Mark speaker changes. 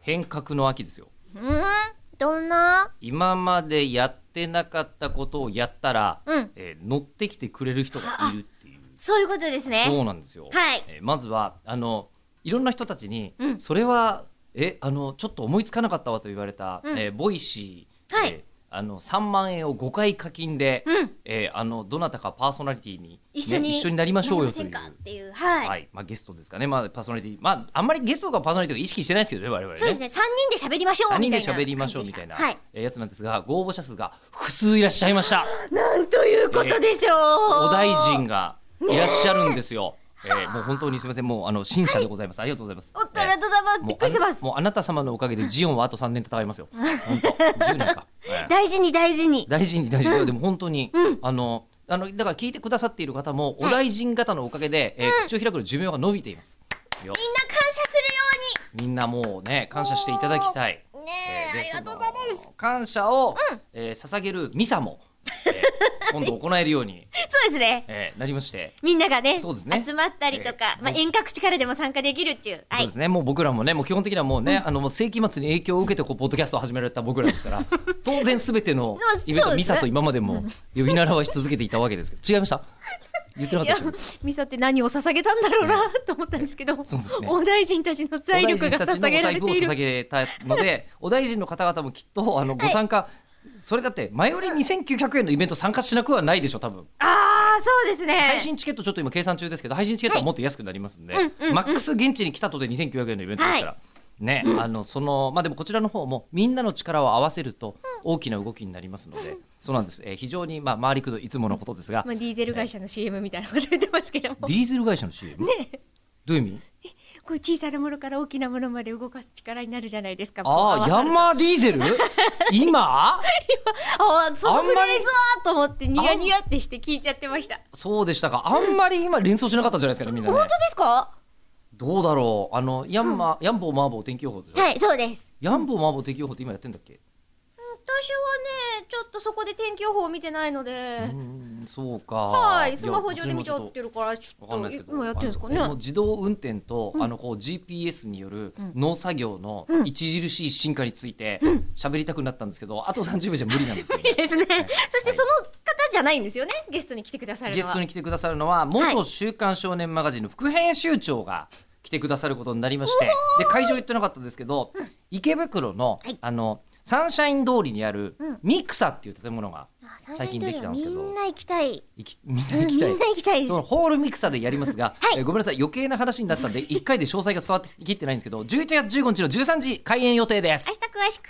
Speaker 1: 変革の秋ですよ
Speaker 2: うんどんな
Speaker 1: 今までやってなかったことをやったら、
Speaker 2: うん
Speaker 1: えー乗ってきてくれる人がいるっていう
Speaker 2: そういうことですね
Speaker 1: そうなんですよ、
Speaker 2: はい
Speaker 1: えーまずはあのいろんな人たちに、
Speaker 2: うん
Speaker 1: それはえあのちょっと思いつかなかったわと言われた、
Speaker 2: うん
Speaker 1: えーボイシー、
Speaker 2: はい
Speaker 1: えーあの3万円を5回課金で、
Speaker 2: うん
Speaker 1: えーあのどなたかパーソナリティにね、
Speaker 2: 一緒に、
Speaker 1: 一緒になりましょうよという
Speaker 2: なりませんかっていうはい、
Speaker 1: はい、まあゲストですかね、まあパーソナリティ、まああんまりゲストとかパーソナリティを意識してないですけどね、我々ね。
Speaker 2: そうですね三人で喋りましょう
Speaker 1: 何
Speaker 2: み
Speaker 1: 人
Speaker 2: た
Speaker 1: で喋
Speaker 2: いな
Speaker 1: りましょうみたいな、
Speaker 2: 感じでし
Speaker 1: えーやつなんですが、ご応募者数が複数いらっしゃいました。
Speaker 2: たはいなんということでしょう、
Speaker 1: お大臣がいらっしゃるんですよ。えーもう本当にすみません、もうあの審査でございます。ありがとうございます。
Speaker 2: おっとら
Speaker 1: えー
Speaker 2: とだますびっくりしてます
Speaker 1: もうあもうあなた様のおかげでジオンはあと3年戦い ますよ。本当、10年か。えー
Speaker 2: 大事に大事に
Speaker 1: 大臣に大臣でも本当に、あのあのだから聞いてくださっている方もお大臣方のおかげで、えー口を開く寿命が伸びています。よ
Speaker 2: みんな感謝す
Speaker 1: み
Speaker 2: るよ
Speaker 1: んなもうね感謝していただきたい。
Speaker 2: うにねえ、
Speaker 1: えー
Speaker 2: あ
Speaker 1: で
Speaker 2: りがとうございます
Speaker 1: その感謝を、えー捧げるミサも、え ー今度行えるように、
Speaker 2: そうですね
Speaker 1: えーなりまして、
Speaker 2: みんながね
Speaker 1: そうですね
Speaker 2: 集まったりとか、
Speaker 1: えー
Speaker 2: まあ、
Speaker 1: もう
Speaker 2: 遠隔地からでも参加できるっちゅうは
Speaker 1: そう
Speaker 2: い
Speaker 1: ですねもう僕らもねもう基本的にはもうね、あのもう世紀末に影響を受けてこうポッドキャストを始められた僕らですから 当然すべての
Speaker 2: そうです
Speaker 1: イベントミサと今までも呼び習わし続けていたわけですけど違いま した言ってないかっ
Speaker 2: や
Speaker 1: たでしょ
Speaker 2: ミサって何を捧げたんだろうなと思ったんですけど、
Speaker 1: そうですね
Speaker 2: お大臣たちの財力が捧げられ
Speaker 1: お大
Speaker 2: てい
Speaker 1: 臣たちのお財布を捧
Speaker 2: る
Speaker 1: げたのでお大臣の方々もきっとあのご参加、それだって前より2900円のイベント参加しなくはないでしょ多分
Speaker 2: ああそうですね
Speaker 1: 配信チケットちょっと今計算中ですけど配信チケットはもっと安くなりますんで、
Speaker 2: はいうんうんうん
Speaker 1: マックス現地に来たとで2900円のイベントですから、
Speaker 2: は
Speaker 1: ね、あのそのまあでもこちらの方もみんなの力を合わせると大きな動きになりますので、そうなんです、えー非常にまあ回りくどいいつものことですが、
Speaker 2: まあ、ディーゼル会社の CM みたいなこと言ってますけども
Speaker 1: ディーゼル会社の CM、
Speaker 2: ね
Speaker 1: どういう意味
Speaker 2: こう小さなものから大きなものまで動かす力になるじゃないですか
Speaker 1: ああヤンマーディーゼル 今
Speaker 2: あーその
Speaker 1: あんま
Speaker 2: フレー
Speaker 1: り
Speaker 2: ズはと思ってニヤニヤってして聞いちゃってました
Speaker 1: そうでしたか。あんまり今連想しなかったじゃないですかね、みんなね。
Speaker 2: ですか
Speaker 1: どうだろう。あの、ヤンマ、ヤンボーマーボー天気予報でしょ。
Speaker 2: はいそうです
Speaker 1: ヤンボーマーボー天気予報って今やってんだっけ
Speaker 2: 私はねちょっとそこで天気予報を見てないので
Speaker 1: うーん、そうか。
Speaker 2: はいスマホ上で見ちゃって
Speaker 1: る。
Speaker 2: るからちょ
Speaker 1: わ
Speaker 2: っ
Speaker 1: かんない
Speaker 2: と
Speaker 1: ですけど。
Speaker 2: 今やってるんですかね
Speaker 1: あの自動運転と、あの、こう GPS による農作業の著しい進化について喋りたくなったんですけど、あと30秒じゃ無理なんです よね
Speaker 2: いいですねそしてその方じゃないんですよねゲストに来てくださる
Speaker 1: ゲ
Speaker 2: のは
Speaker 1: ストに来てくださるのは元週刊少年マガジンの副編集長が来てくださることになりまして、で会場行ってなかったんですけど、池袋の、
Speaker 2: はい
Speaker 1: あのサンシャイン通りにある
Speaker 2: うん
Speaker 1: ミクサっていう建物が
Speaker 2: あ
Speaker 1: 最近できたんですけど
Speaker 2: みんな行きたい
Speaker 1: 行きみんな
Speaker 2: うん
Speaker 1: 行きたい。
Speaker 2: みんな行きたいです
Speaker 1: そのホールミクサでやりますが、
Speaker 2: はい
Speaker 1: えーごめんなさい余計な話になったんで1回で詳細が伝わってきってないんですけど11月15日の13時開演予定です
Speaker 2: 明日詳しく